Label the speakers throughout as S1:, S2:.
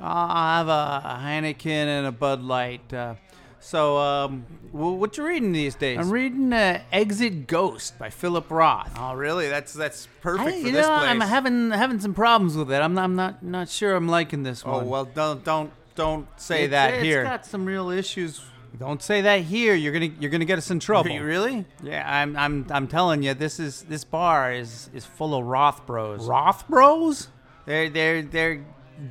S1: Uh,
S2: I have a Heineken and a Bud Light. Uh, so, um, w- what you reading these days?
S1: I'm reading uh, Exit Ghost by Philip Roth.
S2: Oh, really? That's that's
S1: I,
S2: perfect for
S1: you
S2: this
S1: know,
S2: place.
S1: I'm having having some problems with it. I'm not, I'm not not sure I'm liking this
S2: oh
S1: one.
S2: well, don't don't don't say
S1: It's-
S2: that here.
S1: It's got some real issues. Don't say that here. You're gonna you're gonna get us in trouble.
S2: Re- really?
S1: Yeah, I'm I'm I'm telling you, this is this bar is is full of Roth bros.
S2: Roth Bros?
S1: They're they're they're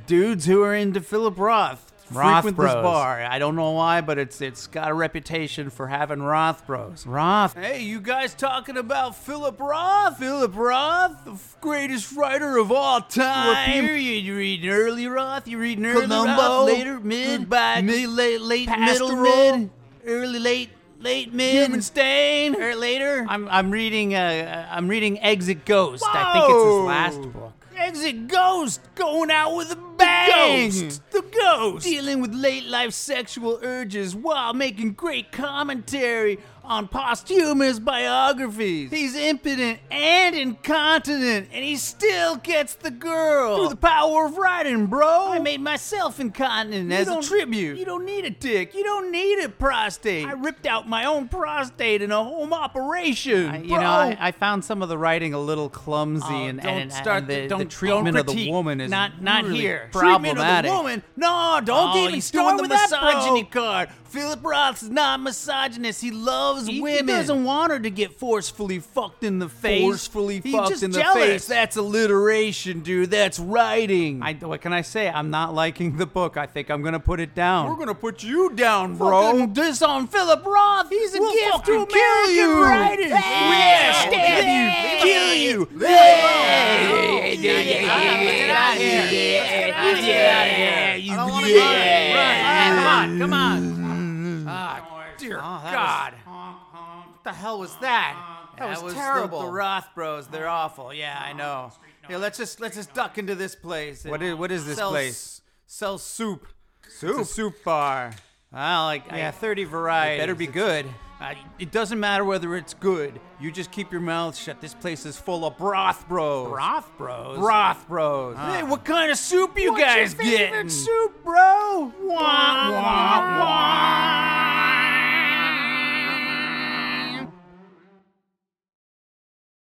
S1: dudes who are into Philip Roth.
S2: Roth
S1: frequent
S2: bros.
S1: this bar. I don't know why, but it's it's got a reputation for having Roth bros. Roth.
S2: Hey, you guys talking about Philip Roth? Philip Roth, the f- greatest writer of all
S1: What
S2: time.
S1: period you reading? Early Roth? You reading early
S2: Columbo?
S1: Roth? Later, mid,
S2: Goodbye.
S1: Mm. mid, late, late, middle,
S2: Pastoral?
S1: mid, early, late, late, mid.
S2: Rubenstein.
S1: Or later. I'm I'm reading uh I'm reading Exit Ghost. I think it's
S2: Whoa.
S1: his last book.
S2: Exit Ghost, going out with a bang.
S1: Ghost.
S2: The Ghost.
S1: Dealing with late life sexual urges while making great commentary on posthumous biographies. He's impotent and incontinent, and he still gets the girl.
S2: Through the power of writing, bro.
S1: I made myself incontinent
S2: You
S1: as a
S2: don't-
S1: tribute.
S2: You don't need a dick. You don't need a prostate. I ripped out my own prostate in a home operation.
S1: I, you
S2: bro.
S1: know, I, I found some of the writing a little clumsy,
S2: Oh,
S1: and,
S2: don't
S1: and,
S2: start
S1: and
S2: the-
S1: the, the
S2: don't- don't
S1: treatment of the
S2: critique.
S1: woman is
S2: Not- not
S1: really
S2: here.
S1: Problematic.
S2: Treatment of the woman?
S1: No, don't
S2: Oh,
S1: even
S2: he's
S1: start
S2: doing
S1: with
S2: the
S1: that
S2: misogyny
S1: misogyny card. Philip Roth is not misogynist. He loves
S2: women.
S1: women. want her to get forcefully fucked in the face.
S2: Forcefully
S1: He's
S2: fucked
S1: just
S2: in the
S1: jealous.
S2: face. That's alliteration, dude. That's writing.
S1: I, what can I say? I'm not liking the book. I think I'm gonna put it down.
S2: We're gonna put you down, bro.
S1: Fucking disown Philip Roth. He's a
S2: We'll
S1: gift to
S2: fucking
S1: American
S2: kill you.
S1: writers.
S2: Yeah,
S1: We'll
S2: stab
S1: stab
S2: you,
S1: you,
S2: kill you.
S1: Leave
S2: Leave
S1: it
S2: Yeah,
S1: alone.
S2: yeah, yeah,
S1: Let's get out of here. Let's get out of here.
S2: yeah,
S1: Yeah,
S2: I don't
S1: you-
S2: wanna
S1: yeah.
S2: run.
S1: Come on, come on. Ah, dear
S2: that
S1: God. What the hell was that? That was,
S2: the-
S1: terrible.
S2: the
S1: Roth Bros, they're awful. Yeah, I know. Here, let's just let's just duck into this place. What is what is this
S2: sells-
S1: place? Sells soup.
S2: Soup?
S1: It's a soup bar. Well, like yeah, thirty varieties.
S2: better be
S1: It's-
S2: good.
S1: Uh, it doesn't matter whether it's good. You just keep your mouth shut. This place is full of broth bros.
S2: Broth Bros.
S1: Broth bros. Hey, what kind of soup you
S2: What's your
S1: guys
S2: favorite
S1: getting?
S2: soup,
S1: bro? Wah, wah, wah.